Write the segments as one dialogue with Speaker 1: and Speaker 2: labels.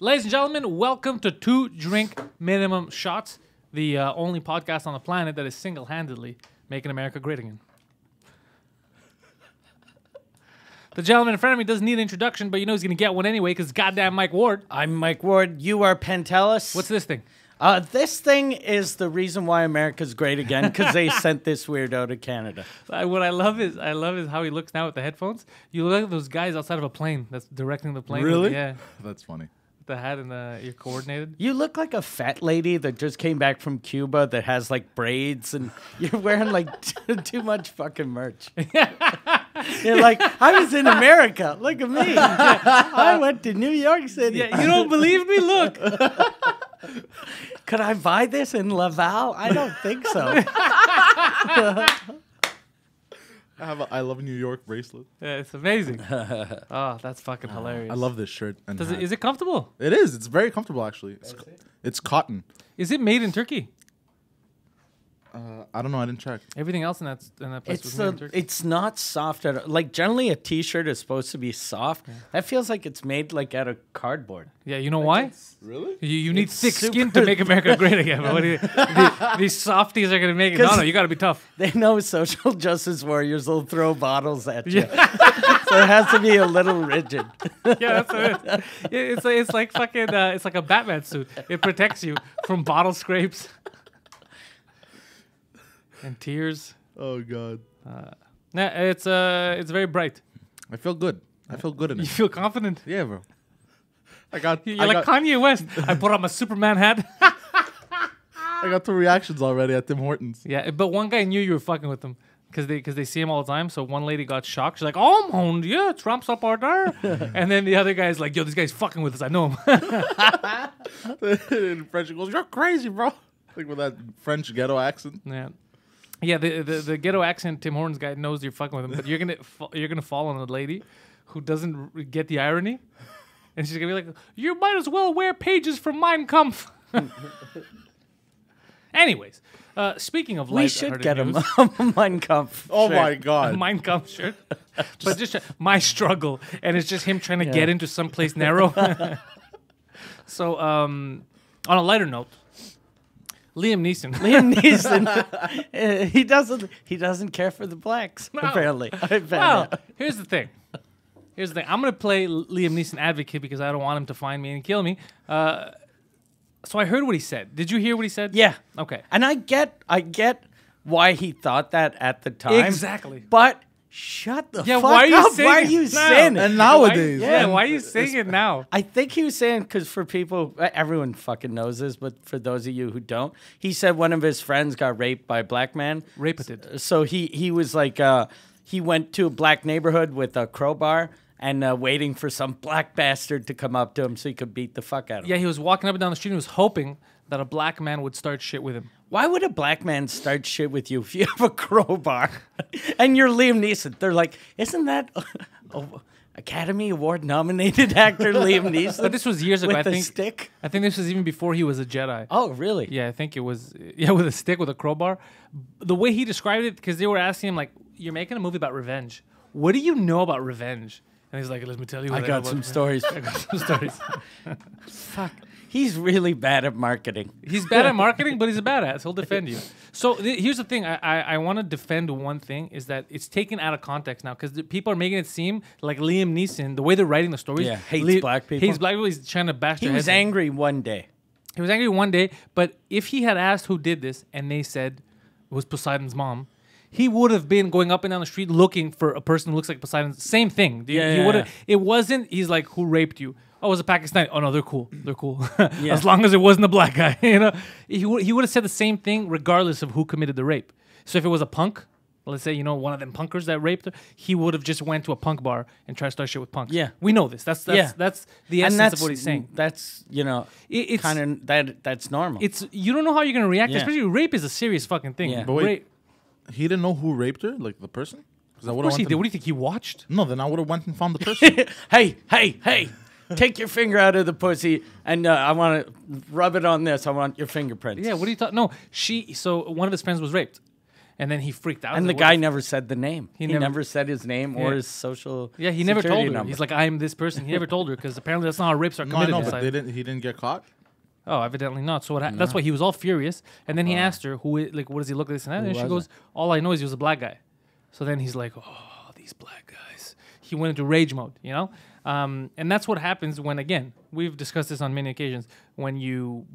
Speaker 1: Ladies and gentlemen, welcome to Two Drink Minimum Shots, the uh, only podcast on the planet that is single handedly making America great again. The gentleman in front of me doesn't need an introduction, but you know he's going to get one anyway because goddamn Mike Ward.
Speaker 2: I'm Mike Ward. You are Pentelis.
Speaker 1: What's this thing?
Speaker 2: Uh, this thing is the reason why America's great again because they sent this weirdo to Canada.
Speaker 1: I, what I love is I love is how he looks now with the headphones. You look like those guys outside of a plane that's directing the plane.
Speaker 2: Really?
Speaker 1: Yeah.
Speaker 3: That's funny.
Speaker 1: With the hat and the you're coordinated.
Speaker 2: You look like a fat lady that just came back from Cuba that has like braids and you're wearing like t- too much fucking merch. you're like, I was in America. Look at me. I went to New York City.
Speaker 1: Yeah, you don't believe me? Look.
Speaker 2: Could I buy this in Laval? I don't think so.
Speaker 3: I have a I love New York bracelet.
Speaker 1: Yeah, it's amazing. oh, that's fucking hilarious.
Speaker 3: Ah, I love this shirt. And
Speaker 1: Does it,
Speaker 3: hat.
Speaker 1: is it comfortable?
Speaker 3: It is. It's very comfortable actually. It's, co- it's cotton.
Speaker 1: Is it made in Turkey?
Speaker 3: Uh, I don't know. I didn't check.
Speaker 1: Everything else in that in that place was
Speaker 2: It's
Speaker 1: made in
Speaker 2: a,
Speaker 1: Turkey.
Speaker 2: it's not soft at all. Like generally, a T-shirt is supposed to be soft. That feels like it's made like out of cardboard.
Speaker 1: yeah, you know why?
Speaker 3: Really?
Speaker 1: You, you need
Speaker 2: it's
Speaker 1: thick skin to
Speaker 2: super
Speaker 1: make America great again. But what do you, the, these softies are gonna make it. No,
Speaker 2: 'Cause-
Speaker 1: no, you gotta be tough.
Speaker 2: They know social justice warriors will throw bottles at you, so it has to be a little rigid.
Speaker 1: Yeah, that's what it is. It- It's like, it's like fucking. Uh, it's like a Batman suit. It protects you from bottle scrapes and tears.
Speaker 3: Oh god.
Speaker 1: Nah, it's uh, it's very bright.
Speaker 3: I feel good. I feel good in
Speaker 1: You
Speaker 3: it.
Speaker 1: feel confident.
Speaker 3: Yeah, bro. I got.
Speaker 1: You're
Speaker 3: I,
Speaker 1: like
Speaker 3: got
Speaker 1: Kanye West. I put on my Superman hat.
Speaker 3: I got two reactions already at Tim Hortons.
Speaker 1: Yeah, eh, but one guy knew you were fucking with him because they because they see him all the time. So one lady got shocked. She's like, "Oh, mon dieu, Trump's up our door." and then the other guy's like, "Yo, this guy's fucking with us. I know him."
Speaker 3: and French goes, "You're crazy, bro." Like with that French ghetto accent.
Speaker 1: yeah, yeah. The, the the ghetto accent Tim Hortons guy knows you're fucking with him, but you're gonna fa- you're gonna fall on a lady who doesn't r- get the irony, and she's gonna be like, "You might as well wear pages from Mein Kampf." Anyways, uh, speaking of
Speaker 2: We
Speaker 1: light-
Speaker 2: should
Speaker 1: hearted
Speaker 2: get
Speaker 1: news-
Speaker 2: a Mein Kampf.
Speaker 3: Oh
Speaker 2: shirt.
Speaker 3: my god.
Speaker 1: Mine Kampf shirt. but just my struggle, and it's just him trying to get into someplace narrow. so, um, on a lighter note, Liam Neeson.
Speaker 2: Liam Neeson, eh, he doesn't he doesn't care for the blacks apparently. I found
Speaker 1: well,
Speaker 2: out.
Speaker 1: here's the thing. Here's the thing. I'm gonna play L- Liam Neeson advocate because I don't want him to find me and kill me. Uh, so I heard what he said. Did you hear what he said?
Speaker 2: yeah.
Speaker 1: Okay.
Speaker 2: And I get I get why he thought that at the time.
Speaker 1: Exactly.
Speaker 2: But shut the
Speaker 1: Yeah.
Speaker 2: fuck
Speaker 1: Why are you
Speaker 2: up.
Speaker 1: saying?
Speaker 2: Why are
Speaker 1: it
Speaker 2: you
Speaker 1: now?
Speaker 2: saying it?
Speaker 3: And nowadays-
Speaker 1: Why, yeah.
Speaker 3: and
Speaker 1: Why are you saying it now?
Speaker 2: I think he was saying because for people, uh, everyone fucking knows this, but for those of you who don't, he said one of his friends got raped by a black man.
Speaker 1: Rapeted.
Speaker 2: So he he was like, uh, he went to a black neighborhood with a crowbar and uh, waiting for some black bastard to come up to him so he could beat the fuck out of him.
Speaker 1: Yeah, he was walking up and down the street and was hoping that a black man would start shit with him.
Speaker 2: Why would a black man start shit with you if you have a crowbar and you're Liam Neeson? They're like, isn't that a, a- Academy Award nominated actor Liam Neeson?
Speaker 1: But this was years ago.
Speaker 2: with
Speaker 1: I
Speaker 2: a
Speaker 1: think
Speaker 2: stick.
Speaker 1: I think this was even before he was a Jedi.
Speaker 2: Oh, really?
Speaker 1: Yeah, I think it was yeah with a stick with a crowbar. The way he described it, because they were asking him like, "You're making a movie about revenge. What do you know about revenge?" And he's like, "Let me tell you."
Speaker 2: I
Speaker 1: What
Speaker 2: got
Speaker 1: know
Speaker 2: some
Speaker 1: about-
Speaker 2: stories.
Speaker 1: I got some stories.
Speaker 2: He's really bad at marketing.
Speaker 1: He's bad at marketing, but he's a badass. He'll defend you. So th- here's the thing: I I, I want to defend one thing is that it's taken out of context now because people are making it seem like Liam Neeson, the way they're writing the stories,
Speaker 2: Yeah, hates black people.
Speaker 1: Hates black people. He's trying to bash.
Speaker 2: He
Speaker 1: their
Speaker 2: was
Speaker 1: heads in.
Speaker 2: angry one day.
Speaker 1: He was angry one day, but if he had asked who did this and they said it was Poseidon's mom, he would have been going up and down the street looking for a person who looks like Poseidon. Same thing. He-
Speaker 2: Yeah,
Speaker 1: he
Speaker 2: yeah,
Speaker 1: would've-
Speaker 2: yeah.
Speaker 1: It wasn't. He's like, who raped you? Oh, it was a Pakistani. Oh no, they're cool. They're cool. as long as it wasn't a black guy, you know. He would he would have said the same thing regardless of who committed the rape. So if it was a punk. Let's say you know one of them punkers that raped her. He would have just went to a punk bar and tried to start shit with punks.
Speaker 2: Yeah.
Speaker 1: we know this. That's that's
Speaker 2: Yeah.
Speaker 1: that's the essence
Speaker 2: and that's
Speaker 1: of what he's saying.
Speaker 2: That's you know,
Speaker 1: It- it's-
Speaker 2: kind of that that's normal.
Speaker 1: it's you don't know how you're gonna react.
Speaker 2: Yeah.
Speaker 1: Especially rape is a serious fucking thing.
Speaker 2: Yeah.
Speaker 3: But wait,
Speaker 1: Rape-
Speaker 3: He didn't know who raped her, like the person. Because I
Speaker 1: of
Speaker 3: would
Speaker 1: course
Speaker 3: have
Speaker 1: he did. What do you think he watched?
Speaker 3: No, then I would have went and found the person.
Speaker 2: hey, hey, hey! Take your finger out of the pussy, and uh, I want to rub it on this. I want your fingerprints.
Speaker 1: Yeah. What do you thought? No, she. So one of his friends was raped, And then he freaked out.
Speaker 2: And the
Speaker 1: Like, what
Speaker 2: guy never said the name. He,
Speaker 1: never-
Speaker 2: never, said his name or
Speaker 1: Yeah.
Speaker 2: his social.
Speaker 1: Yeah, he never told
Speaker 2: security
Speaker 1: her.
Speaker 2: Number.
Speaker 1: He's like, I'm this person. He never told her because apparently that's not how rapes are
Speaker 3: No, I
Speaker 1: committed.
Speaker 3: know,
Speaker 1: in
Speaker 3: but
Speaker 1: Saudi-
Speaker 3: they didn't. He didn't get caught.
Speaker 1: Oh, evidently not. So what ha- that's why he was all furious. And then he asked her, "Who? i- Like, what does he look like?" This and that. And she
Speaker 2: was
Speaker 1: goes, "All I know is he was a black guy." So then he's like, "Oh, these black guys." He went into rage mode, you know. Um, and that's what happens when, again, we've discussed this on many occasions. When you,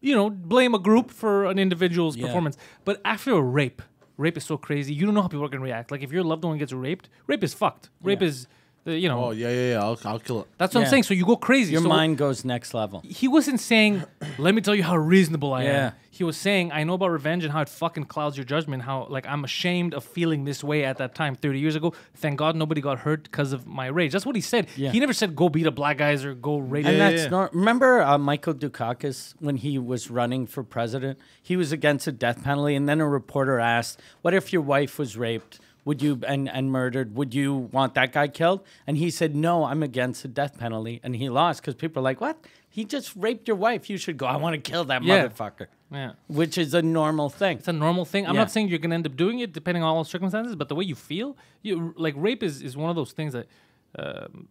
Speaker 1: you know, blame a group for an individual's performance, but after a rape, rape is so crazy. You don't know how people are gonna react. Like if your loved one gets raped, rape is fucked. Rape is, uh, you know,
Speaker 3: Oh yeah, yeah, yeah. I'll, I'll kill it.
Speaker 1: that's what I'm
Speaker 2: Yeah.
Speaker 1: saying. So you go crazy.
Speaker 2: Your
Speaker 1: So-
Speaker 2: mind goes next level.
Speaker 1: he wasn't saying, "Let me tell you how reasonable I
Speaker 2: Yeah.
Speaker 1: am." He was saying, "I know about revenge and how it fucking clouds your judgment. How like I'm ashamed of feeling this way at that time, 30 years ago. Thank God nobody got hurt because of my rage." That's what he said.
Speaker 2: Yeah.
Speaker 1: He never said, "Go beat up black guys" or "Go rape."
Speaker 2: And
Speaker 1: them."
Speaker 2: that's
Speaker 3: yeah.
Speaker 2: not. Remember uh, Michael Dukakis when he was running for president? He was against the death penalty, and then a reporter asked, "What if your wife was raped? Would you and and murdered? Would you want that guy killed?" And he said, "No, I'm against the death penalty," and he lost because people are like, "What? He just raped your wife. You should go. I want to kill that
Speaker 1: Yeah.
Speaker 2: motherfucker,"
Speaker 1: Yeah.
Speaker 2: which is a normal thing.
Speaker 1: It's a normal thing. I'm
Speaker 2: Yeah.
Speaker 1: not saying you're gonna end up doing it depending on all circumstances, but the way you feel, you like rape is is one of those things that. Um,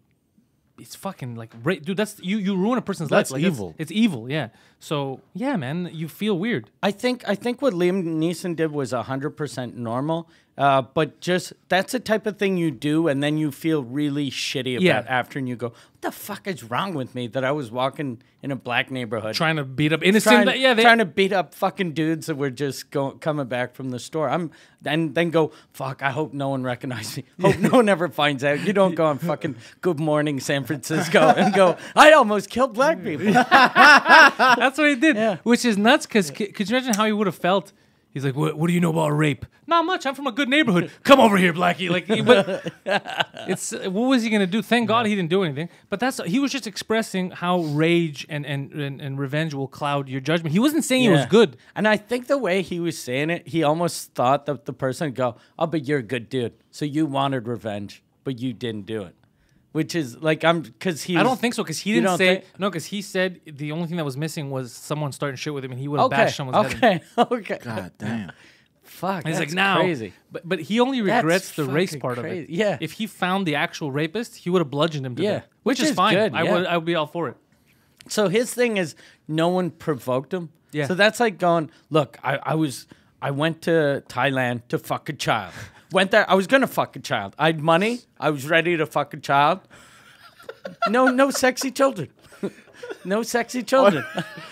Speaker 1: it's fucking like rape, dude. That's you. You ruin a person's
Speaker 3: That's
Speaker 1: life. Like,
Speaker 3: evil.
Speaker 1: It's evil. Yeah. So yeah, man, you feel weird.
Speaker 2: I think I think what Liam Neeson did was hundred percent normal, uh, but just that's the type of thing you do, and then you feel really shitty about
Speaker 1: Yeah.
Speaker 2: after, and you go, "What the fuck is wrong with me that I was walking in a black neighborhood
Speaker 1: Trying to beat up innocent.
Speaker 2: trying,
Speaker 1: yeah, they,
Speaker 2: trying to beat up fucking dudes that were just go, coming back from the store?" I'm and then go, "Fuck, I hope no one recognizes me. Hope no one ever finds out." You don't go on fucking "Good Morning San Francisco" and go, "I almost killed black people."
Speaker 1: That's what he did,
Speaker 2: Yeah.
Speaker 1: which is nuts. Because could you imagine how he would have felt? He's like, what, "What do you know about rape? Not much. I'm from a good neighborhood. Come over here, Blackie." Like, he- but it's what was he gonna do? Thank God he didn't do anything. But that's he was just expressing how rage and and and, and revenge will cloud your judgment. He wasn't saying it was
Speaker 2: Yeah.
Speaker 1: good.
Speaker 2: And I think the way he was saying it, he almost thought that the person would go, "Oh, but you're a good dude, so you wanted revenge, but you didn't do it," which is like I'm because he.
Speaker 1: I
Speaker 2: was-
Speaker 1: don't think so because he
Speaker 2: You
Speaker 1: didn't
Speaker 2: don't
Speaker 1: say
Speaker 2: think-
Speaker 1: no because he said the only thing that was missing was someone starting shit with him and he would have
Speaker 2: Okay.
Speaker 1: bashed someone's head. in.
Speaker 2: Okay. Okay.
Speaker 3: God damn.
Speaker 1: And
Speaker 2: Fuck. that's
Speaker 1: He's like now,
Speaker 2: crazy.
Speaker 1: but but he only regrets the race
Speaker 2: fucking
Speaker 1: part of it.
Speaker 2: crazy. Yeah.
Speaker 1: if he found the actual rapist, he would have bludgeoned him to
Speaker 2: Yeah.
Speaker 1: death, which,
Speaker 2: Which
Speaker 1: is,
Speaker 2: is
Speaker 1: fine.
Speaker 2: good,
Speaker 1: I
Speaker 2: yeah.
Speaker 1: would I would be all for it.
Speaker 2: So his thing is no one provoked him.
Speaker 1: Yeah.
Speaker 2: So that's like going, look, I, I was I went to Thailand to fuck a child. Went there, I was gonna fuck a child. I had money, I was ready to fuck a child. No, no sexy children. No sexy children.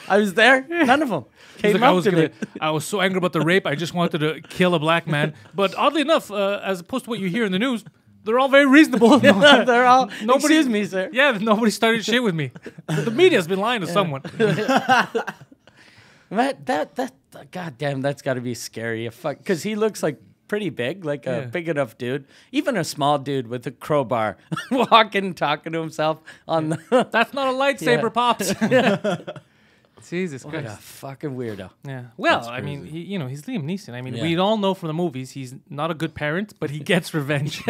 Speaker 2: I was there, none of them.
Speaker 1: He's
Speaker 2: Came
Speaker 1: like,
Speaker 2: up
Speaker 1: I was
Speaker 2: to
Speaker 1: gonna,
Speaker 2: me.
Speaker 1: I was so angry about the rape, I just wanted to kill a black man. But oddly enough, uh, as opposed to what you hear in the news, they're all very reasonable.
Speaker 2: They're all
Speaker 1: Nobody-
Speaker 2: Nobody, excuse me, sir.
Speaker 1: yeah, nobody started shit with me. The media's been lying to someone.
Speaker 2: That that that god damn, that's got to be scary. If fuck, because he looks like pretty big, like
Speaker 1: Yeah.
Speaker 2: a big enough dude. Even a small dude with a crowbar walking, talking to himself on the.
Speaker 1: That's not a lightsaber,
Speaker 2: Yeah.
Speaker 1: pops. Jesus
Speaker 2: What
Speaker 1: Christ.
Speaker 2: a fucking weirdo.
Speaker 1: Yeah. Well, I mean, he, you know, he's Liam Neeson. I mean,
Speaker 2: Yeah.
Speaker 1: we all know from the movies he's not a good parent, but he gets revenge.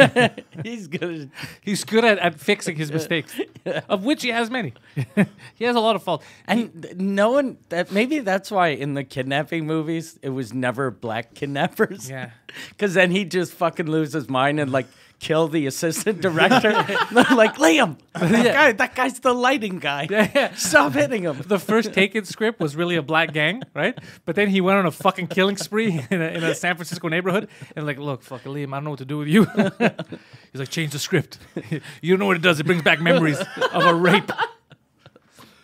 Speaker 2: He's good.
Speaker 1: he's good at, at fixing his mistakes, of which he has many. he has a lot of faults.
Speaker 2: And th- no one that maybe that's why in the kidnapping movies it was never black kidnappers.
Speaker 1: Yeah.
Speaker 2: Cause then he just fucking lose his mind and like kill the assistant director. They're like, Liam, that guy, that guy's the lighting guy. Stop hitting him.
Speaker 1: The first Taken script was really a black gang, right? But then he went on a fucking killing spree in a, in a San Francisco neighborhood and, like, look, fucking Liam, I don't know what to do with you. he's like, change the script. you know what it does? It brings back memories of a rape.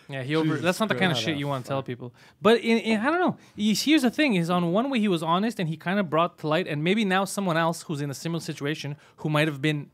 Speaker 1: Yeah, he over. That's not the kind of shit you want to tell people. But in, in, I don't know. You see, Here's the thing: is on one way he was honest, and he kind of brought to light, and maybe now someone else who's in a similar situation, who might have been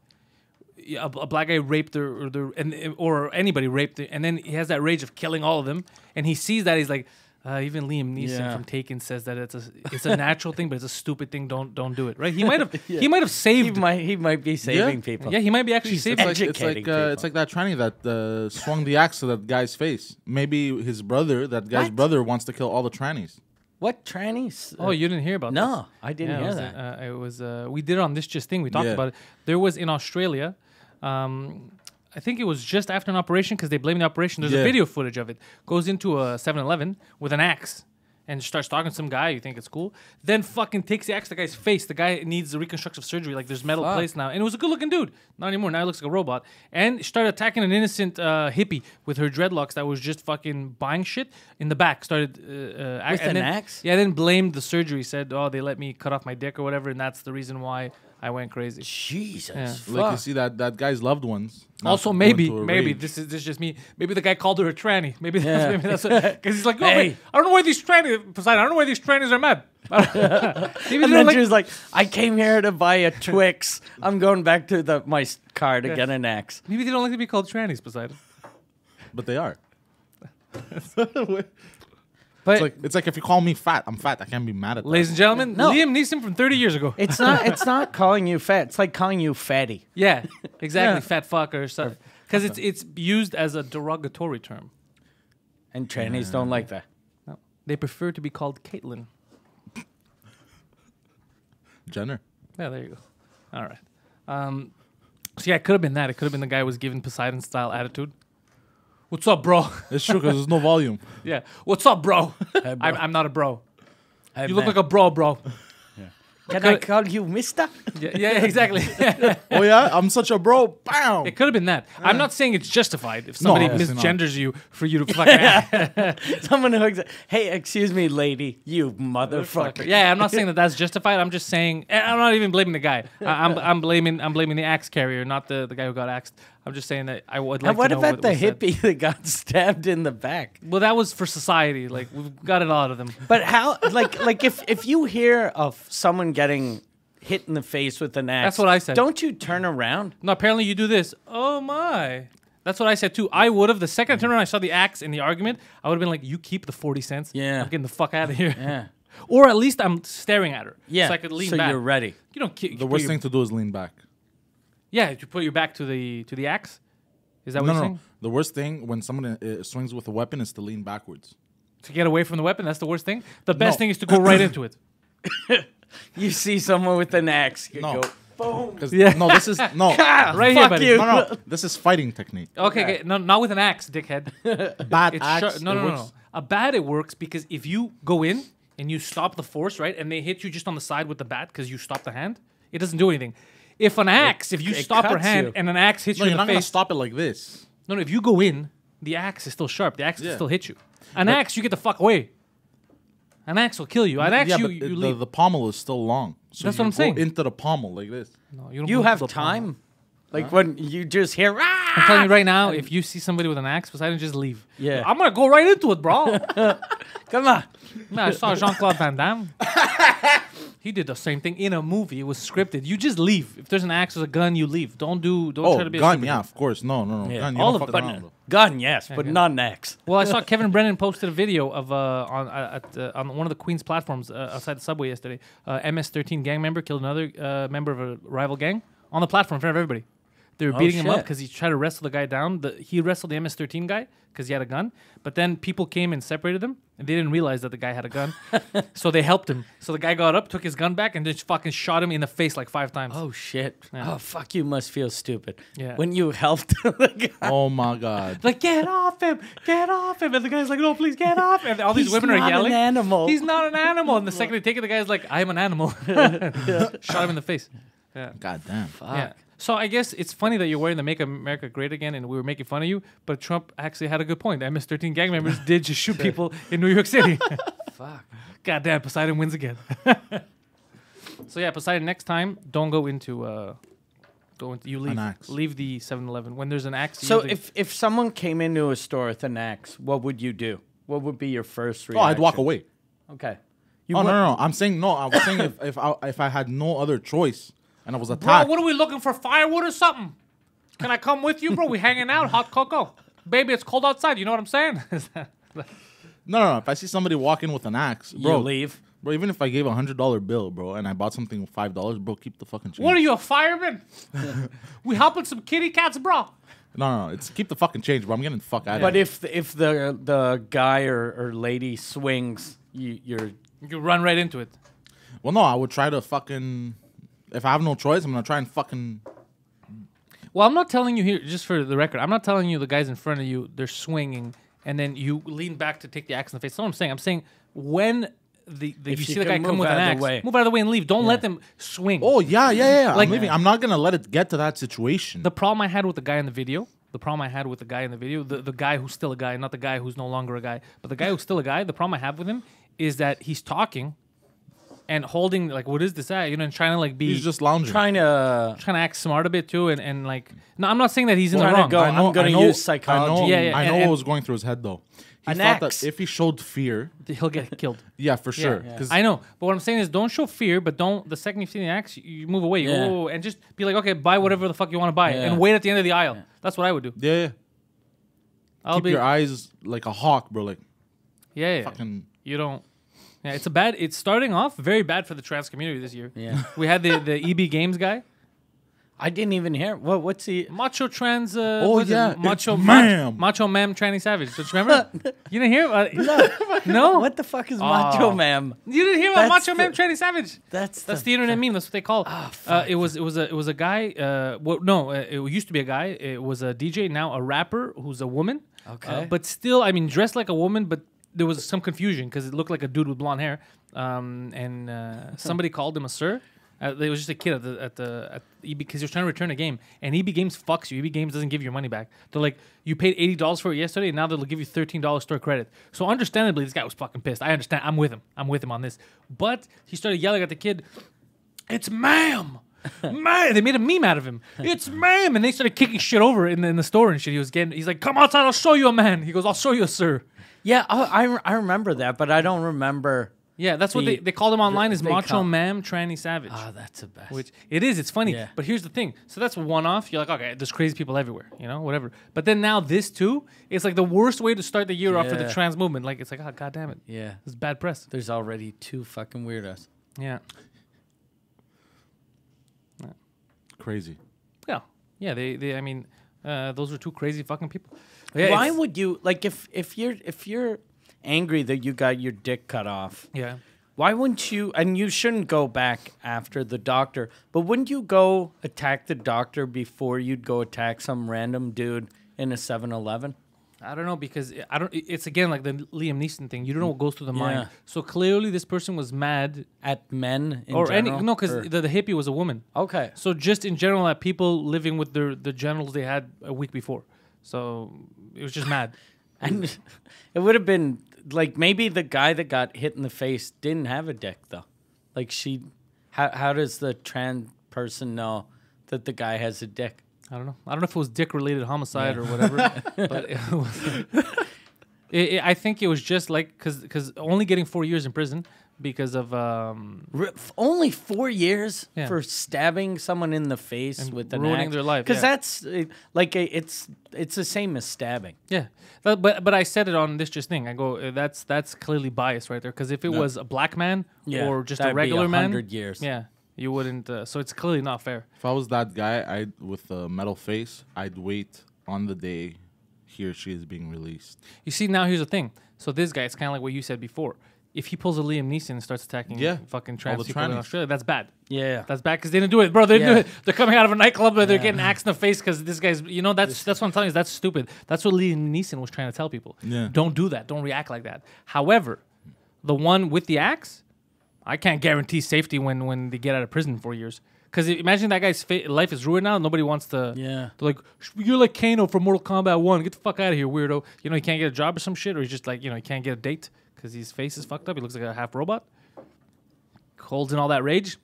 Speaker 1: yeah, a, a black guy raped or, or the and or anybody raped, and then he has that rage of killing all of them, and he sees that he's like. Uh, even Liam Neeson
Speaker 2: Yeah.
Speaker 1: from Taken says that it's a it's a natural thing, but it's a stupid thing. Don't don't do it, right? He might have he might have
Speaker 2: He
Speaker 1: saved.
Speaker 2: might he might be saving people.
Speaker 1: yeah, he might be actually
Speaker 3: It's
Speaker 1: saving.
Speaker 3: like, it's
Speaker 2: Educating
Speaker 3: like uh, it's
Speaker 2: people.
Speaker 3: like that tranny that uh, swung the axe to that guy's face. Maybe his brother, that guy's
Speaker 2: What?
Speaker 3: brother, wants to kill all the trannies.
Speaker 2: What trannies?
Speaker 1: Oh, you didn't hear about this?
Speaker 2: No, I didn't
Speaker 1: Yeah,
Speaker 2: hear
Speaker 1: it was,
Speaker 2: that.
Speaker 1: Uh, it was uh, we did it on this just thing. We talked
Speaker 3: Yeah.
Speaker 1: about it. There was in Australia. Um, I think it was just after an operation because they blame the operation. There's a
Speaker 3: Yeah.
Speaker 1: video footage of it. Goes into a 7-Eleven with an axe and starts talking to some guy, you think it's cool. Then fucking takes the axe to the guy's face. The guy needs reconstructive surgery. Like there's metal
Speaker 3: Fuck.
Speaker 1: plates now, and it was a good looking dude. Not anymore. Now he looks like a robot. And started attacking an innocent uh, hippie with her dreadlocks that was just fucking buying shit in the back. Started uh, uh, ac- and
Speaker 2: With an
Speaker 1: then-
Speaker 2: axe?
Speaker 1: Yeah, then blamed the surgery. Said, oh, they let me cut off my dick or whatever, and that's the reason why I went crazy.
Speaker 2: Jesus.
Speaker 3: Like you
Speaker 2: fuck.
Speaker 3: see that that guy's loved ones. not
Speaker 1: Also,
Speaker 3: went
Speaker 1: maybe,
Speaker 3: to a
Speaker 1: maybe
Speaker 3: rave.
Speaker 1: this is this is just me. Maybe the guy called her a tranny. Maybe that's
Speaker 2: Yeah.
Speaker 1: maybe that's because he's like, no,
Speaker 2: Hey.
Speaker 1: wait, I don't know why these trannies. Poseidon, I don't know why these trannies are mad. maybe
Speaker 2: And
Speaker 1: they're
Speaker 2: then
Speaker 1: like,
Speaker 2: she was like, I came here to buy a Twix. I'm going back to the my s- car to get an axe.
Speaker 1: maybe they don't like to be called trannies, Poseidon.
Speaker 3: but they are.
Speaker 1: But
Speaker 3: It's like it's like if you call me fat, I'm fat. I can't be mad at that.
Speaker 1: ladies and gentlemen,
Speaker 2: No.
Speaker 1: Liam Neeson from 30 years ago.
Speaker 2: It's not it's not calling you fat. It's like calling you fatty.
Speaker 1: yeah, exactly, fat fuck or something. Because it's it's used as a derogatory term.
Speaker 2: And trannies don't like that.
Speaker 1: No. They prefer to be called Caitlin.
Speaker 3: Jenner.
Speaker 1: Yeah, there you go. All right. Um, so yeah, it could have been that. It could have been the guy who was given Poseidon style attitude. What's up, bro?
Speaker 3: It's true because there's no volume.
Speaker 1: Yeah. What's up, bro?
Speaker 2: bro.
Speaker 1: I'm, I'm not a bro.
Speaker 2: Hey,
Speaker 1: You look
Speaker 2: man,
Speaker 1: like a bro, bro.
Speaker 2: Can
Speaker 1: Okay.
Speaker 2: I call you mister?
Speaker 1: Yeah, yeah exactly.
Speaker 3: oh yeah, I'm such a bro. Bam.
Speaker 1: it could have been that. I'm not saying it's justified if somebody
Speaker 3: obviously not.
Speaker 1: misgenders you for you to fucking.
Speaker 2: Someone who exa- Hey, excuse me, lady. You motherfucker.
Speaker 1: yeah, I'm not saying that that's justified. I'm just saying and I'm not even blaming the guy. I, I'm I'm blaming I'm blaming the axe carrier, not the, the guy who got axed. I'm just saying that I would like.
Speaker 2: And what
Speaker 1: to know
Speaker 2: about the
Speaker 1: was said.
Speaker 2: hippie that got stabbed in the back?
Speaker 1: Well, that was for society. Like we've got it out of them.
Speaker 2: But how? Like, like if if you hear of someone getting hit in the face with an axe,
Speaker 1: what I said.
Speaker 2: Don't you turn around?
Speaker 1: No, apparently you do this. Oh my. That's what I said too. I would have the
Speaker 3: Mm-hmm.
Speaker 1: second I turned around, I saw the axe in the argument. I would have been like, "You keep the forty cents.
Speaker 2: Yeah.
Speaker 1: I'm getting the fuck out of here."
Speaker 2: Yeah.
Speaker 1: Or at least I'm staring at her.
Speaker 2: Yeah.
Speaker 1: So I could lean
Speaker 2: so
Speaker 1: back.
Speaker 2: you're ready.
Speaker 1: You don't. Ki- you
Speaker 3: the
Speaker 1: put
Speaker 3: worst
Speaker 1: your-
Speaker 3: thing to do is lean back.
Speaker 1: Yeah, you put your back to the to the axe. Is that what you're
Speaker 3: No, no,
Speaker 1: saying?
Speaker 3: no. The worst thing when someone uh, swings with a weapon is to lean backwards.
Speaker 1: To get away from the weapon. That's the worst thing. The best
Speaker 3: No.
Speaker 1: thing is to go right into it.
Speaker 2: You see someone with an axe, you go
Speaker 3: No.
Speaker 2: boom.
Speaker 3: 'Cause-
Speaker 1: Yeah.
Speaker 3: No, this is no. no,
Speaker 1: Ah, Right here,
Speaker 2: Fuck
Speaker 1: buddy.
Speaker 2: you.
Speaker 3: no. This is fighting technique.
Speaker 1: Okay, okay. No, not with an axe, dickhead.
Speaker 3: Bad
Speaker 1: It's
Speaker 3: axe.
Speaker 1: sharp. No,
Speaker 3: it
Speaker 1: no, no,
Speaker 3: works.
Speaker 1: no. A bat it works because if you go in and you stop the force, right, and they hit you just on the side with the bat because you stop the hand, it doesn't do anything. If an axe, if you
Speaker 2: it
Speaker 1: stop her
Speaker 2: cuts
Speaker 1: hand
Speaker 2: you.
Speaker 1: and an axe hits
Speaker 3: No,
Speaker 1: you
Speaker 3: you're
Speaker 1: in the
Speaker 3: not gonna
Speaker 1: face,
Speaker 3: stop it like this.
Speaker 1: no, no, if you go in, the axe is still sharp. The axe can
Speaker 3: Yeah.
Speaker 1: still hit you. An axe, you get the fuck away. An axe will kill you. An axe,
Speaker 3: yeah,
Speaker 1: you,
Speaker 3: but
Speaker 1: you
Speaker 3: it- the,
Speaker 1: leave.
Speaker 3: the pommel is still long. So
Speaker 1: That's
Speaker 3: you
Speaker 1: what I'm
Speaker 3: go
Speaker 1: saying.
Speaker 3: Into the pommel like this.
Speaker 1: no, you don't
Speaker 2: You
Speaker 1: move
Speaker 2: have
Speaker 1: the palm.
Speaker 2: time. Like when you just hear, ah!
Speaker 1: I'm telling you right now, if you see somebody with an axe, Poseidon, just leave.
Speaker 2: Yeah.
Speaker 1: I'm gonna go right into it, bro.
Speaker 2: come on.
Speaker 1: Man, I saw Jean Claude Van Damme. he did the same thing in a movie. It was scripted. You just leave. If there's an axe or a gun, you leave. Don't do. Don't try
Speaker 3: Oh,
Speaker 1: to be a
Speaker 3: gun.
Speaker 1: stupid
Speaker 3: Yeah,
Speaker 1: dude.
Speaker 3: of course. No, no, no.
Speaker 2: Yeah,
Speaker 3: Gun, you
Speaker 1: all
Speaker 3: don't
Speaker 1: of
Speaker 3: fuck
Speaker 1: them.
Speaker 3: around, though.
Speaker 2: Gun, yes, but
Speaker 1: yeah.
Speaker 2: not an axe.
Speaker 1: Well, I saw Kevin Brennan posted a video of uh, on uh, at, uh, on one of the Queens platforms uh, outside the subway yesterday. Uh, MS13 gang member killed another uh, member of a rival gang on the platform in front of everybody. They were beating him up
Speaker 2: shit.
Speaker 1: because he tried to wrestle the guy down. The, he wrestled the MS13 guy because he had a gun. But then people came and separated them, and they didn't realize that the guy had a gun. so they helped him. So the guy got up, took his gun back, and just fucking shot him in the face like five times.
Speaker 2: Oh, shit. Oh, fuck, you must feel stupid.
Speaker 1: Yeah.
Speaker 2: When you helped the guy.
Speaker 3: Oh my god.
Speaker 1: Like get off him, get off him, and the guy's like, "No, please get off!" And all these
Speaker 2: He's
Speaker 1: women are
Speaker 2: not an
Speaker 1: yelling,
Speaker 2: animal.
Speaker 1: He's not an animal." And the second they take it, the guy's like, "I'm an animal." Shot him in the face. Yeah.
Speaker 3: God damn.
Speaker 1: yeah. So I guess it's funny that you're wearing the "Make America Great Again" and we were making fun of you, but Trump actually had a good point. The MS-13 gang members did just shoot people in New York City.
Speaker 2: Fuck.
Speaker 1: Goddamn, Poseidon wins again. so yeah, Poseidon, next time don't go into uh, go into you leave
Speaker 3: axe.
Speaker 1: leave the 7-Eleven when there's an axe. you
Speaker 2: So
Speaker 1: leave.
Speaker 2: if, if someone came into a store with an axe, what would you do? What would be your first
Speaker 3: Oh,
Speaker 2: reaction?
Speaker 3: I'd walk away.
Speaker 2: Okay. You
Speaker 3: Oh no,
Speaker 2: would-
Speaker 3: no, no. I'm saying no. I was saying if if I, if I had no other choice and I was
Speaker 1: Bro,
Speaker 3: attacked.
Speaker 1: what are we looking for? Firewood or something? Can I come with you, bro? We hanging out, hot cocoa. Baby, it's cold outside. You know what I'm saying?
Speaker 3: no, no, no. If I see somebody walking with an axe,
Speaker 2: You
Speaker 3: bro,
Speaker 2: leave.
Speaker 3: Bro, even if I gave a hundred dollar bill, bro, and I bought something with five dollars, bro, keep the fucking change.
Speaker 1: what are you, a fireman? we helping some kitty cats, bro.
Speaker 3: No, no, no, it's keep the fucking change, bro. I'm getting the fuck out of
Speaker 2: But
Speaker 3: here.
Speaker 2: if the, if the the guy or, or lady swings, you, you're
Speaker 1: You run right into it.
Speaker 3: Well, no, I would try to fucking. If I have no choice, I'm gonna try and fucking.
Speaker 1: Well, I'm not telling you here, just for the record, I'm not telling you the guys in front of you, they're swinging and then you lean back to take the axe in the face. That's what I'm saying. I'm saying when the, the you
Speaker 2: you
Speaker 1: see the
Speaker 2: can
Speaker 1: guy come
Speaker 2: move
Speaker 1: with an
Speaker 2: out of
Speaker 1: axe,
Speaker 2: the way.
Speaker 1: move out of the way and leave. Don't let them swing.
Speaker 3: Oh yeah, yeah, yeah.
Speaker 1: Like-
Speaker 3: I'm leaving. I'm not gonna let it get to that situation.
Speaker 1: The problem I had with the guy in the video, the problem I had with the guy in the video, the, the guy who's still a guy, not the guy who's no longer a guy, but the guy who's still a guy, the problem I have with him is that he's talking and holding, like, what is this at? You know, and trying to, like, be.
Speaker 3: He's just lounging.
Speaker 2: trying to
Speaker 1: trying to act smart a bit too and, and like no i'm not saying that he's in the
Speaker 2: Trying to
Speaker 1: wrong
Speaker 2: go-
Speaker 1: I-
Speaker 2: I'm gonna use psychology.
Speaker 3: I know,
Speaker 1: Yeah, yeah,
Speaker 3: I know
Speaker 1: and-
Speaker 3: what
Speaker 1: and-
Speaker 3: was going through his head though. He
Speaker 2: An
Speaker 3: thought
Speaker 2: axe.
Speaker 3: that if he showed fear,
Speaker 1: he'll get killed
Speaker 3: yeah, for sure.
Speaker 1: Yeah.
Speaker 3: 'Cause
Speaker 1: i know but what i'm saying is don't show fear but don't the second you see the axe you- you move away You
Speaker 2: Yeah.
Speaker 1: go, "Oh," and just be like okay buy whatever the fuck you want to buy
Speaker 2: Yeah.
Speaker 1: and wait at the end of the aisle that's what i would do
Speaker 3: yeah, yeah.
Speaker 1: i'll
Speaker 3: keep
Speaker 1: be
Speaker 3: your eyes like a hawk, bro. Like
Speaker 1: yeah, yeah.
Speaker 3: fucking.
Speaker 1: you don't yeah it's a bad it's starting off very bad for the trans community this year
Speaker 2: yeah.
Speaker 1: we had the the eb games guy
Speaker 2: I didn't even hear. What? What's he?
Speaker 1: macho trans uh,
Speaker 3: Oh,
Speaker 1: what is it?
Speaker 3: yeah,
Speaker 1: macho
Speaker 3: it's
Speaker 1: ma'am
Speaker 3: ma'am.
Speaker 1: macho ma'am tranny savage don't you remember you didn't hear about no no
Speaker 2: What the fuck is Macho Man?
Speaker 1: you didn't hear about
Speaker 2: That's
Speaker 1: macho
Speaker 2: the-
Speaker 1: ma'am tranny savage
Speaker 2: Ah. That's
Speaker 1: That's
Speaker 2: the, Ah,
Speaker 1: the internet meme. That's what they call. it. uh, it was it was a it was a guy. Uh, well, no, uh, it used to be a guy. It was a DJ, now a rapper who's a woman.
Speaker 2: Okay.
Speaker 1: Uh, but still, I mean, dressed like a woman, but there was some confusion because it looked like a dude with blonde hair. Um, and uh, somebody called him a sir. Uh, it was just a kid at the at the at EB because he was trying to return a game, and EB Games fucks you. EB Games doesn't give your money back. They're like, you paid eighty dollars for it yesterday, and now they'll give you thirteen dollars store credit. So understandably, this guy was fucking pissed. I understand. I'm with him. I'm with him on this. But he started yelling at the kid, it's ma'am. ma'am. They made a meme out of him. It's ma'am. And they started kicking shit over in the, in the store and shit. He was getting, he's like, come outside, I'll show you a man. He goes, I'll show you a sir.
Speaker 2: yeah. I, I I remember that, but I don't remember.
Speaker 1: Yeah, that's what
Speaker 2: The-
Speaker 1: they, they called him online is
Speaker 2: they
Speaker 1: Macho
Speaker 2: call-
Speaker 1: Ma'am Tranny Savage.
Speaker 2: Oh, that's the best.
Speaker 1: which it is, it's funny.
Speaker 2: Yeah.
Speaker 1: But here's the thing. So that's one off. You're like, okay, there's crazy people everywhere, you know, whatever. But then now this too, it's like the worst way to start the year off for the
Speaker 2: Yeah.
Speaker 1: trans movement. Like, it's like, oh, god damn it.
Speaker 2: yeah.
Speaker 1: It's bad press.
Speaker 2: There's already two fucking weirdos.
Speaker 1: Yeah.
Speaker 3: Crazy.
Speaker 1: Yeah. Yeah. They, they I mean, uh, those are two crazy fucking people. Yeah,
Speaker 2: Why
Speaker 1: it's-
Speaker 2: would you like if if you're if you're angry that you got your dick cut off?
Speaker 1: Yeah.
Speaker 2: Why wouldn't you? And you shouldn't go back after the doctor, but wouldn't you go attack the doctor before you'd go attack some random dude in a 7-Eleven?
Speaker 1: I don't know because I- I don't. i- It's again like the Liam Neeson thing. You don't know what goes through the mind.
Speaker 2: Yeah.
Speaker 1: So clearly, this person was mad,
Speaker 2: at men in
Speaker 1: or
Speaker 2: general?
Speaker 1: any no, because
Speaker 2: Or-
Speaker 1: the, the hippie was a woman.
Speaker 2: okay,
Speaker 1: So just in general, at people living with their the genitals they had a week before. So it was just mad.
Speaker 2: and it would have been like maybe the guy that got hit in the face didn't have a dick though. Like she, how how does the trans person know that the guy has a dick?
Speaker 1: I don't know. I don't know if it was dick related homicide or whatever, but it was. It, it, I think it was just like because because only getting four years in prison because of um,
Speaker 2: R- f- only four years
Speaker 1: Yeah.
Speaker 2: for stabbing someone in the face with an
Speaker 1: ruining
Speaker 2: axe?
Speaker 1: their life, yeah.
Speaker 2: that's uh, like a, it's it's the same as stabbing.
Speaker 1: Yeah, but, but but I said it on this just thing. I go uh, that's that's clearly biased right there because if it was a black man
Speaker 2: Yeah,
Speaker 1: or just a
Speaker 2: that'd be
Speaker 1: regular man,
Speaker 2: 100 years.
Speaker 1: Yeah, you wouldn't. Uh, so it's clearly not fair.
Speaker 3: If I was that guy, I with a metal face, I'd wait on the day he or she is being released.
Speaker 1: You see, now here's the thing. So this guy, it's kind of like what you said before. If he pulls a Liam Neeson and starts attacking
Speaker 3: Yeah,
Speaker 1: fucking
Speaker 3: all
Speaker 1: trans
Speaker 3: the
Speaker 1: people in
Speaker 3: trannies.
Speaker 1: Australia, that's bad.
Speaker 2: Yeah.
Speaker 1: That's bad because they didn't do it, bro. They didn't
Speaker 2: Yeah.
Speaker 1: do it. They're coming out of a nightclub, but they're getting axed in the face because this guy's. You know, that's that's what I'm telling you. That's stupid. That's what Liam Neeson was trying to tell people.
Speaker 3: Yeah.
Speaker 1: Don't do that. Don't react like that. However, the one with the axe, I can't guarantee safety when when they get out of prison in four years. Because imagine that guy's fa- life is ruined now. Nobody wants to.
Speaker 2: Yeah.
Speaker 1: They're like, "Sh- you're like Kano from Mortal Kombat One. Get the fuck out of here, weirdo. You know, he can't get a job or some shit, or he's just like, you know, he can't get a date because his face is fucked up. He looks like a half robot. Holds in all that rage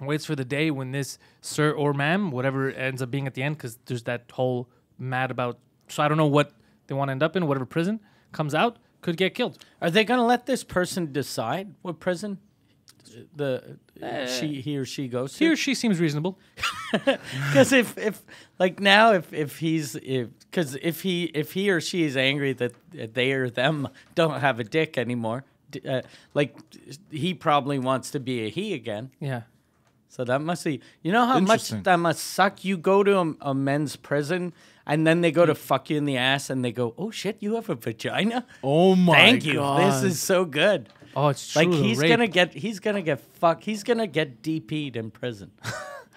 Speaker 1: waits for the day when this sir or ma'am, whatever ends up being at the end, because there's that whole mad about. So I don't know what they want to end up in, whatever prison comes out, could get killed.
Speaker 2: Are they gonna let this person decide what prison the
Speaker 1: Eh.
Speaker 2: she he or she goes
Speaker 1: He
Speaker 2: to?
Speaker 1: or she seems reasonable.
Speaker 2: Because if if like now if if he's if because if he if he or she is angry that they or them don't have a dick anymore, d- uh, like he probably wants to be a he again.
Speaker 1: Yeah.
Speaker 2: So that must be you know how much
Speaker 3: Interesting.
Speaker 2: that must suck. You go to a, a men's prison and then they go to fuck you in the ass and they go, oh shit, you have a vagina.
Speaker 3: Oh my!
Speaker 2: Thank you.
Speaker 3: God.
Speaker 2: This is so good.
Speaker 1: Oh, it's true.
Speaker 2: Like
Speaker 1: the
Speaker 2: he's
Speaker 1: rape.
Speaker 2: gonna get he's gonna get fuck he's gonna get DP'd in prison.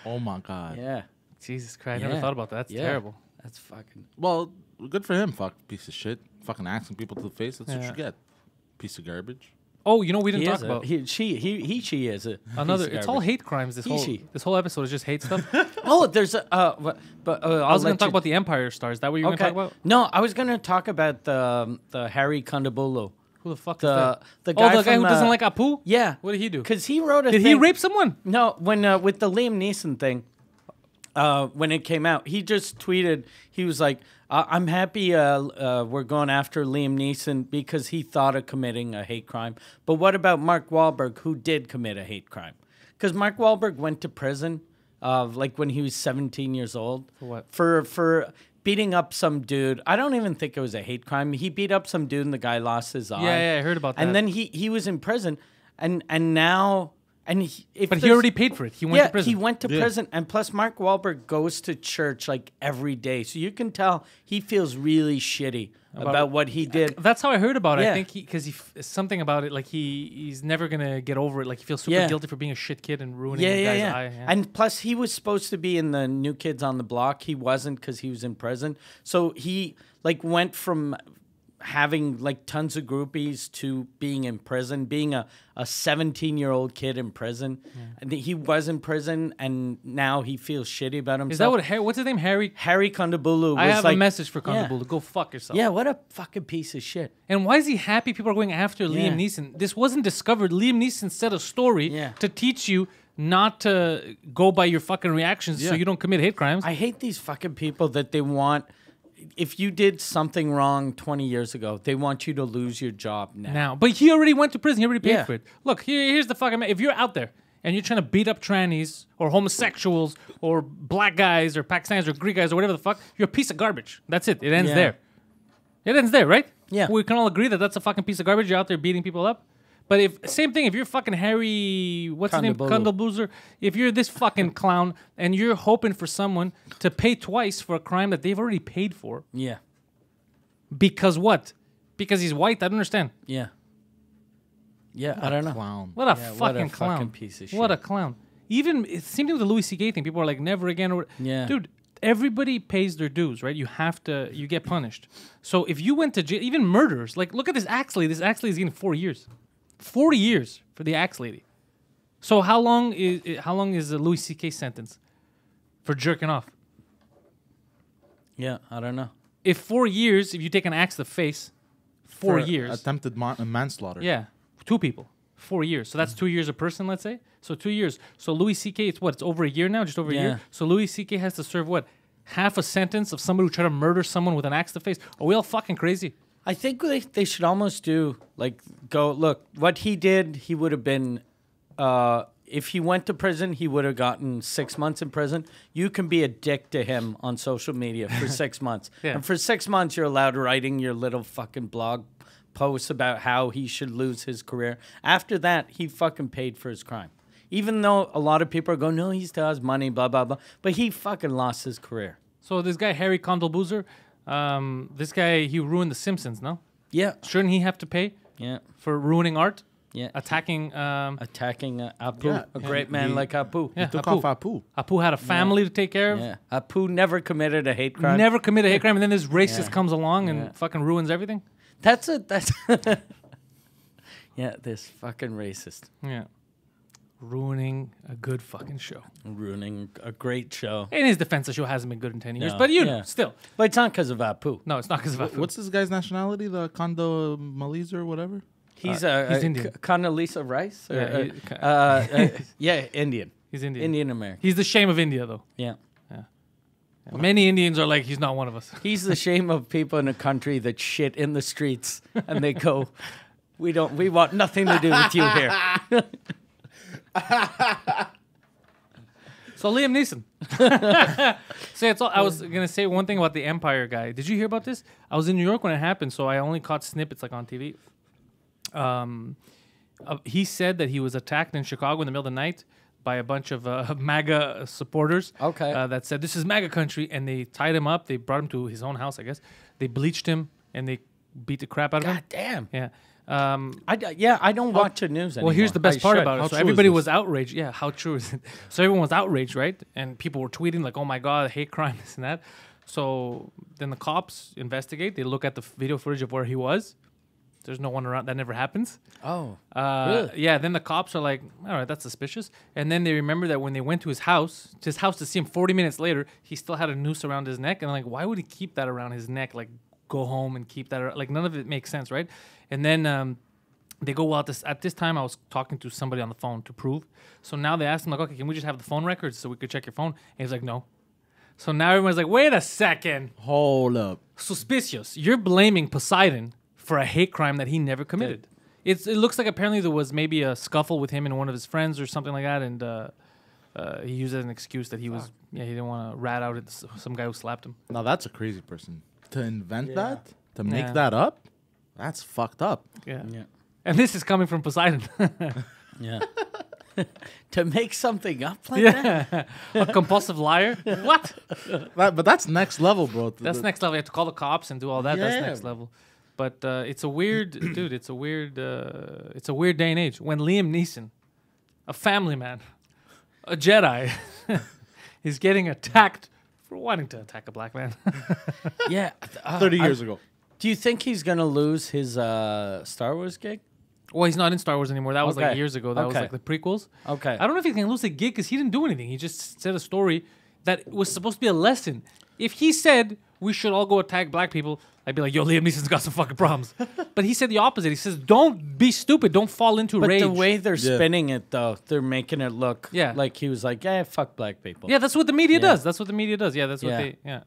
Speaker 3: Oh my God.
Speaker 2: yeah.
Speaker 1: Jesus Christ! I never
Speaker 2: Yeah.
Speaker 1: thought about that. That's
Speaker 2: Yeah.
Speaker 1: terrible.
Speaker 2: That's fucking
Speaker 3: Well, good for him. Fuck piece of shit. Fucking axing people to the face. That's what
Speaker 1: Yeah.
Speaker 3: you get. Piece of garbage.
Speaker 1: Oh, you know we didn't
Speaker 2: He
Speaker 1: talk
Speaker 2: is a-
Speaker 1: about
Speaker 2: he, she he he she is a
Speaker 1: another.
Speaker 2: piece of
Speaker 1: It's all
Speaker 2: garbage.
Speaker 1: hate crimes. This
Speaker 2: He,
Speaker 1: whole
Speaker 2: she.
Speaker 1: this whole episode is just hate stuff.
Speaker 2: Oh, there's a uh, wha- but uh, I'll
Speaker 1: I was gonna
Speaker 2: let
Speaker 1: talk
Speaker 2: you-
Speaker 1: about the Empire stars. Is that what you were
Speaker 2: Okay.
Speaker 1: gonna talk about?
Speaker 2: No, I was gonna talk about the um, the Harry Condabolo.
Speaker 1: Who the fuck is
Speaker 2: The
Speaker 1: that?
Speaker 2: the
Speaker 1: oh,
Speaker 2: guy
Speaker 1: the guy
Speaker 2: from,
Speaker 1: who doesn't
Speaker 2: uh,
Speaker 1: like Apu.
Speaker 2: Yeah.
Speaker 1: What did he do?
Speaker 2: Because he wrote a.
Speaker 1: Did he
Speaker 2: thing-
Speaker 1: rape someone?
Speaker 2: No, when uh, with the Liam Neeson thing, uh, when it came out, he just tweeted. He was like, I- "I'm happy uh, uh, we're going after Liam Neeson because he thought of committing a hate crime. But what about Mark Wahlberg, who did commit a hate crime? Because Mark Wahlberg went to prison, uh, like when he was 17 years old, for
Speaker 1: what?
Speaker 2: for for beating up some dude. I don't even think it was a hate crime. He beat up some dude, and the guy lost his eye.
Speaker 1: yeah, I heard about that.
Speaker 2: And then he he was in prison, and and now. And he, if
Speaker 1: But he
Speaker 2: there's-
Speaker 1: already paid for it. He went
Speaker 2: yeah,
Speaker 1: to prison.
Speaker 2: he went to prison, and plus Mark Wahlberg goes to church like every day, so you can tell he feels really shitty about, what he did.
Speaker 1: That's how I heard about it. I
Speaker 2: Yeah.
Speaker 1: think because he, f- something about it, like he he's never gonna get over it. Like he feels super
Speaker 2: Yeah.
Speaker 1: guilty for being a shit kid and ruining
Speaker 2: Yeah,
Speaker 1: the
Speaker 2: yeah,
Speaker 1: guy's
Speaker 2: yeah.
Speaker 1: eye.
Speaker 2: And plus, he was supposed to be in the New Kids on the Block. He wasn't because he was in prison. So he like went from having like tons of groupies to being in prison, being a a 17 year old kid in prison. And he was in prison, and now he feels shitty about himself.
Speaker 1: is that what Harry? What's his name? Harry.
Speaker 2: Harry Kondabolu? Was
Speaker 1: I have
Speaker 2: like,
Speaker 1: a message for
Speaker 2: Yeah.
Speaker 1: Condabulu. Go fuck yourself.
Speaker 2: Yeah, what a fucking piece of shit.
Speaker 1: And why is he happy people are going after Liam
Speaker 2: Yeah.
Speaker 1: Neeson? This wasn't discovered. Liam Neeson said a story
Speaker 2: Yeah.
Speaker 1: to teach you not to go by your fucking reactions so
Speaker 3: Yeah.
Speaker 1: you don't commit hate crimes.
Speaker 2: I hate these fucking people that they want. If you did something wrong 20 years ago, they want you to lose your job now.
Speaker 1: now. But he already went to prison. He already paid
Speaker 2: Yeah.
Speaker 1: for it. Look, here, here's the fucking. ma- If you're out there and you're trying to beat up trannies or homosexuals or black guys or Pakistanis or Greek guys or whatever the fuck, you're a piece of garbage. That's it. It ends
Speaker 2: Yeah.
Speaker 1: there. It ends there, right?
Speaker 2: Yeah.
Speaker 1: We can all agree that that's a fucking piece of garbage. You're out there beating people up. But if same thing, if you're fucking Harry, what's his name,
Speaker 2: Kondabolu.
Speaker 1: Kundalboozer, if you're this fucking clown and you're hoping for someone to pay twice for a crime that they've already paid for,
Speaker 2: Yeah.
Speaker 1: because what? Because he's white? I don't understand.
Speaker 2: Yeah. Yeah, I don't know.
Speaker 3: Clown.
Speaker 1: What a
Speaker 2: Yeah,
Speaker 1: fucking
Speaker 2: what a fucking
Speaker 1: clown!
Speaker 2: piece of
Speaker 1: What a
Speaker 2: shit.
Speaker 1: clown! Even it seemed with the Louis C.K. thing. People are like, never again. Or,
Speaker 2: Yeah.
Speaker 1: dude, everybody pays their dues, right? You have to. You get punished. So if you went to jail, even murders, like look at this axe lady. This axe lady is getting four years, four years for the axe lady. So how long is how long is the Louis C.K. sentence for jerking off?
Speaker 2: Yeah, I don't know.
Speaker 1: If four years, if you take an axe to the face, four
Speaker 3: For
Speaker 1: years.
Speaker 3: Attempted mon- uh, manslaughter.
Speaker 1: Yeah, two people, four years. So
Speaker 2: Mm.
Speaker 1: that's two years a person, let's say. So two years. So Louis C.K. It's what? It's over a year now, just over a
Speaker 2: Yeah.
Speaker 1: year. So Louis C.K. has to serve what? Half a sentence of somebody who tried to murder someone with an axe to the face. Are we all fucking crazy?
Speaker 2: I think they, they should almost do like go look what he did. He would have been, uh, if he went to prison, he would have gotten six months in prison. You can be a dick to him on social media for six months,
Speaker 1: Yeah.
Speaker 2: and for six months you're allowed writing your little fucking blog posts about how he should lose his career. After that, he fucking paid for his crime. Even though a lot of people are going, no, he still has money, blah blah blah, but he fucking lost his career.
Speaker 1: So this guy Harry Condalboozer, um, this guy he ruined The Simpsons. No,
Speaker 2: Yeah,
Speaker 1: shouldn't he have to pay
Speaker 2: yeah,
Speaker 1: for ruining art?
Speaker 2: Yeah.
Speaker 1: attacking. Um,
Speaker 2: attacking uh, Apu,
Speaker 3: Yeah,
Speaker 2: a
Speaker 3: and
Speaker 2: great man
Speaker 3: he-
Speaker 2: like Apu.
Speaker 1: yeah,
Speaker 3: Took
Speaker 1: Apu.
Speaker 3: off Apu.
Speaker 1: Apu had a family to take care of.
Speaker 2: Yeah. Apu never committed a hate crime.
Speaker 1: Never commit a hate crime, and then this racist comes along and fucking ruins everything.
Speaker 2: That's it. That's. yeah, this fucking racist
Speaker 1: Yeah, ruining a good fucking show.
Speaker 2: ruining a great show.
Speaker 1: In his defense, the show hasn't been good in 10 years,
Speaker 2: No,
Speaker 1: but you know,
Speaker 2: yeah.
Speaker 1: still.
Speaker 2: But it's not because of Apu.
Speaker 1: No, it's not because of Apu.
Speaker 3: What's this guy's nationality? The Kondo Malese or whatever?
Speaker 2: He's a
Speaker 1: he's
Speaker 2: uh,
Speaker 1: Indian.
Speaker 2: K- Condoleezza Rice. Or,
Speaker 1: Yeah,
Speaker 2: or-
Speaker 1: he- Ka-
Speaker 2: uh, uh, yeah, Indian.
Speaker 1: He's Indian.
Speaker 2: Indian American.
Speaker 1: He's the shame of India, though.
Speaker 2: Yeah.
Speaker 1: Many Indians are like, he's not one of us.
Speaker 2: He's the shame of people in a country that shit in the streets and they go, "We don't. We want nothing to do with you here."
Speaker 1: So Liam Neeson. so it's all, I was gonna say one thing about the Empire guy. Did you hear about this? I was in New York when it happened, so I only caught snippets like on TV. Um, uh, he said that he was attacked in Chicago in the middle of the night by a bunch of uh, MAGA supporters.
Speaker 2: Okay.
Speaker 1: Uh, that said, this is MAGA country, and they tied him up. They brought him to his own house, I guess. They bleached him and they beat the crap out of
Speaker 2: God damn.
Speaker 1: him. Yeah. Um,
Speaker 2: I d- yeah, I don't watch the news anymore.
Speaker 1: well, here's the best
Speaker 2: I
Speaker 1: part
Speaker 2: should.
Speaker 1: about it.
Speaker 3: How
Speaker 1: so
Speaker 3: true is
Speaker 1: everybody
Speaker 3: this?
Speaker 1: was outraged. Yeah, how true is it? So everyone was outraged, right? And people were tweeting like, "Oh my god, hate crime, this and that." So then the cops investigate. They look at the f- video footage of where he was, There's no one around. That never happens.
Speaker 2: Oh.
Speaker 1: Uh,
Speaker 2: Really?
Speaker 1: Yeah. Then the cops are like, all right, that's suspicious. And then they remember that when they went to his house, to his house to see him 40 minutes later, he still had a noose around his neck. And like, why would he keep that around his neck? Like, go home and keep that. ar- Like, none of it makes sense, right? And then um, they go, well, at this, at this time, I was talking to somebody on the phone to prove. So now they asked him, like, okay, can we just have the phone records so we could check your phone? And he's like, no. So now everyone's like, wait a second.
Speaker 2: Hold up.
Speaker 1: Suspicious. You're blaming Poseidon for a hate crime that he never committed. It's, it looks like apparently there was maybe a scuffle with him and one of his friends or something like that, and uh, uh, he used it as an excuse that he was yeah he didn't want to rat out at s- some guy who slapped him.
Speaker 3: Now that's a crazy person to invent
Speaker 2: Yeah.
Speaker 3: that to make
Speaker 1: Yeah.
Speaker 3: that up. That's fucked up.
Speaker 1: Yeah,
Speaker 2: Yeah.
Speaker 1: and this is coming from Poseidon,
Speaker 2: Yeah. to make something up like that?
Speaker 1: yeah, a compulsive liar. what?
Speaker 3: That, but that's next level, bro. Th-
Speaker 2: Mm-hmm.
Speaker 1: That's
Speaker 3: th-
Speaker 1: next level. You have to call the cops and do all that.
Speaker 3: Yeah.
Speaker 1: That's next level. But uh, it's a weird, dude. It's a weird. Uh, it's a weird day and age when Liam Neeson, a family man, a Jedi, is getting attacked for wanting to attack a black man.
Speaker 2: Yeah. Uh,
Speaker 3: Thirty
Speaker 2: I-
Speaker 3: years ago.
Speaker 2: do you think he's gonna lose his uh, Star Wars gig?
Speaker 1: well, he's not in Star Wars anymore. That was like
Speaker 2: Okay.
Speaker 1: years ago. That was
Speaker 2: Okay.
Speaker 1: like the prequels.
Speaker 2: Okay.
Speaker 1: I don't know if he can lose the gig because he didn't do anything. He just said a story that was supposed to be a lesson. If he said we should all go attack black people, I'd be like, "Yo, Liam Neeson's got some fucking problems." but he said the opposite. He says, "Don't be stupid. Don't fall into
Speaker 2: But
Speaker 1: rage."
Speaker 2: the way they're
Speaker 3: Yeah.
Speaker 2: spinning it, though, they're making it look
Speaker 1: Yeah.
Speaker 2: like he was like, "Yeah, fuck black people."
Speaker 1: yeah, that's what the media
Speaker 2: Yeah.
Speaker 1: does. That's what the media does. Yeah, that's
Speaker 2: Yeah.
Speaker 1: what they. Yeah,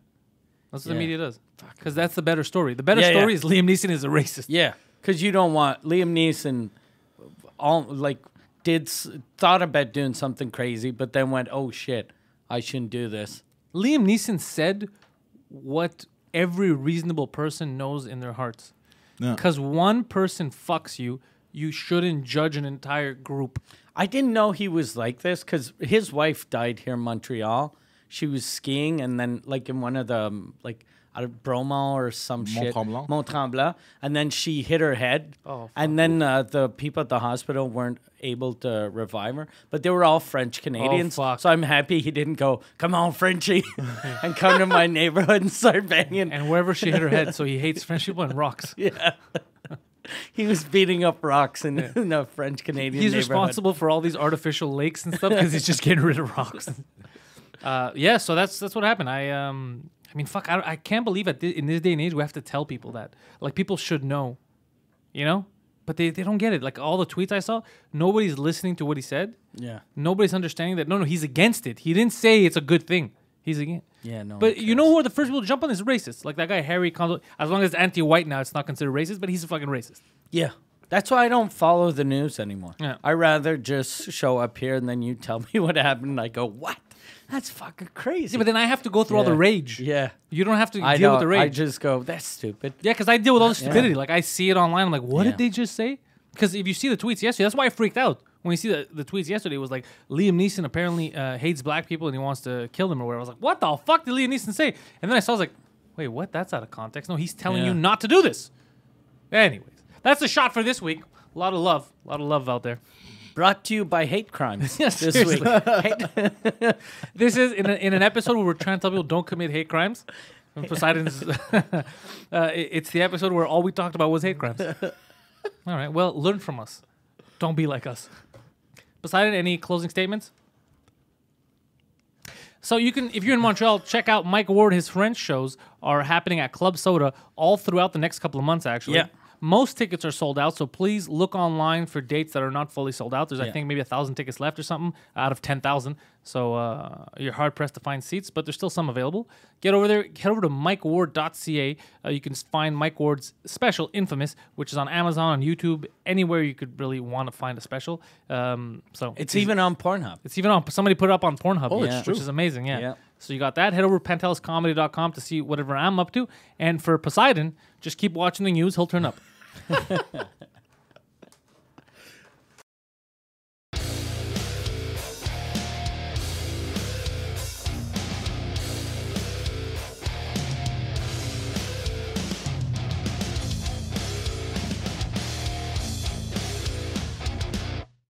Speaker 1: that's what the
Speaker 2: Yeah.
Speaker 1: media does. Because that's the better story. The better
Speaker 2: Yeah, yeah.
Speaker 1: story is Liam Neeson is a racist.
Speaker 2: Yeah, because you don't want Liam Neeson, all like did s- thought about doing something crazy, but then went, "Oh shit, I shouldn't do this."
Speaker 1: Liam Neeson said what every reasonable person knows in their hearts.
Speaker 3: Yeah.
Speaker 1: Because one person fucks you, you shouldn't judge an entire group.
Speaker 2: I didn't know he was like this because his wife died here in Montreal. She was skiing and then like in one of the um, like out of Bromont or some shit,
Speaker 3: Tremblant?
Speaker 2: Mont Tremblant, and then she hit her head.
Speaker 1: Oh,
Speaker 2: and then uh, the people at the hospital weren't able to revive her, but they were all French Canadians.
Speaker 1: Oh, fuck.
Speaker 2: so I'm happy he didn't go, "Come on, Frenchie," and come to my neighborhood and start banging.
Speaker 1: And wherever she hit her head, so he hates French people and rocks.
Speaker 2: he was beating up rocks in, in a French Canadian.
Speaker 1: He's responsible for all these artificial lakes and stuff because he's just getting rid of rocks. Uh, yeah, so that's that's what happened. I um, I mean, fuck, I, I can't believe at thi- in this day and age we have to tell people that. Like, people should know, you know, but they, they don't get it. Like all the tweets I saw, nobody's listening to what he said.
Speaker 2: Yeah,
Speaker 1: Nobody's understanding that. No, no, he's against it. He didn't say it's a good thing. He's against.
Speaker 2: yeah, no.
Speaker 1: But you know who are the first people to jump on is racists. Like that guy Harry. Condo- as long as it's anti-white now, it's not considered racist. But he's a fucking racist.
Speaker 2: Yeah. That's why I don't follow the news anymore.
Speaker 1: Yeah.
Speaker 2: I rather just show up here and then you tell me what happened and I go, What? That's fucking crazy.
Speaker 1: Yeah, but then I have to go through all the
Speaker 2: Yeah.
Speaker 1: rage.
Speaker 2: yeah.
Speaker 1: You don't have to
Speaker 2: I
Speaker 1: deal
Speaker 2: know.
Speaker 1: with the rage.
Speaker 2: I just go, That's stupid.
Speaker 1: Yeah, because I deal with all the stupidity. Like I see it online. I'm like, what
Speaker 2: Yeah.
Speaker 1: did they just say? Because if you see the tweets yesterday, that's why I freaked out when you see the, the tweets yesterday. It was like Liam Neeson apparently uh, hates black people and he wants to kill them or whatever. I was like, what the fuck did Liam Neeson say? And then I saw, I was like, wait, what? That's out of context. No, he's telling
Speaker 2: Yeah.
Speaker 1: you not to do this. Anyways, that's the shot for this week. A lot of love, a lot of love out there.
Speaker 2: Brought to you by hate crimes
Speaker 1: Yeah,
Speaker 2: this
Speaker 1: seriously.
Speaker 2: week. Hate-
Speaker 1: This is in, a, in an episode where we're trying to tell people don't commit hate crimes. And Poseidon's. uh, it- it's the episode where all we talked about was hate crimes. all right. Well, learn from us. Don't be like us. Poseidon, any closing statements? So you can, if you're in Montreal, check out Mike Ward. His French shows are happening at Club Soda all throughout the next couple of months. Actually,
Speaker 2: Yeah.
Speaker 1: Most tickets are sold out, so please look online for dates that are not fully sold out. There's, I
Speaker 2: Yeah.
Speaker 1: think, maybe a thousand tickets left or something out of ten thousand. So uh, you're hard pressed to find seats, but there's still some available. Get over there. Head over to MikeWard.ca. Uh, you can s- find Mike Ward's special, Infamous, which is on Amazon, on YouTube, anywhere you could really want to find a special. Um, so
Speaker 2: it's even on Pornhub.
Speaker 1: it's even on somebody put it up on Pornhub,
Speaker 3: Oh,
Speaker 1: yeah,
Speaker 3: it's true.
Speaker 1: which is amazing. Yeah.
Speaker 2: Yeah.
Speaker 1: So you got that. Head over to panteliscomedy.com to see whatever I'm up to. And for Poseidon, just keep watching the news. He'll turn up.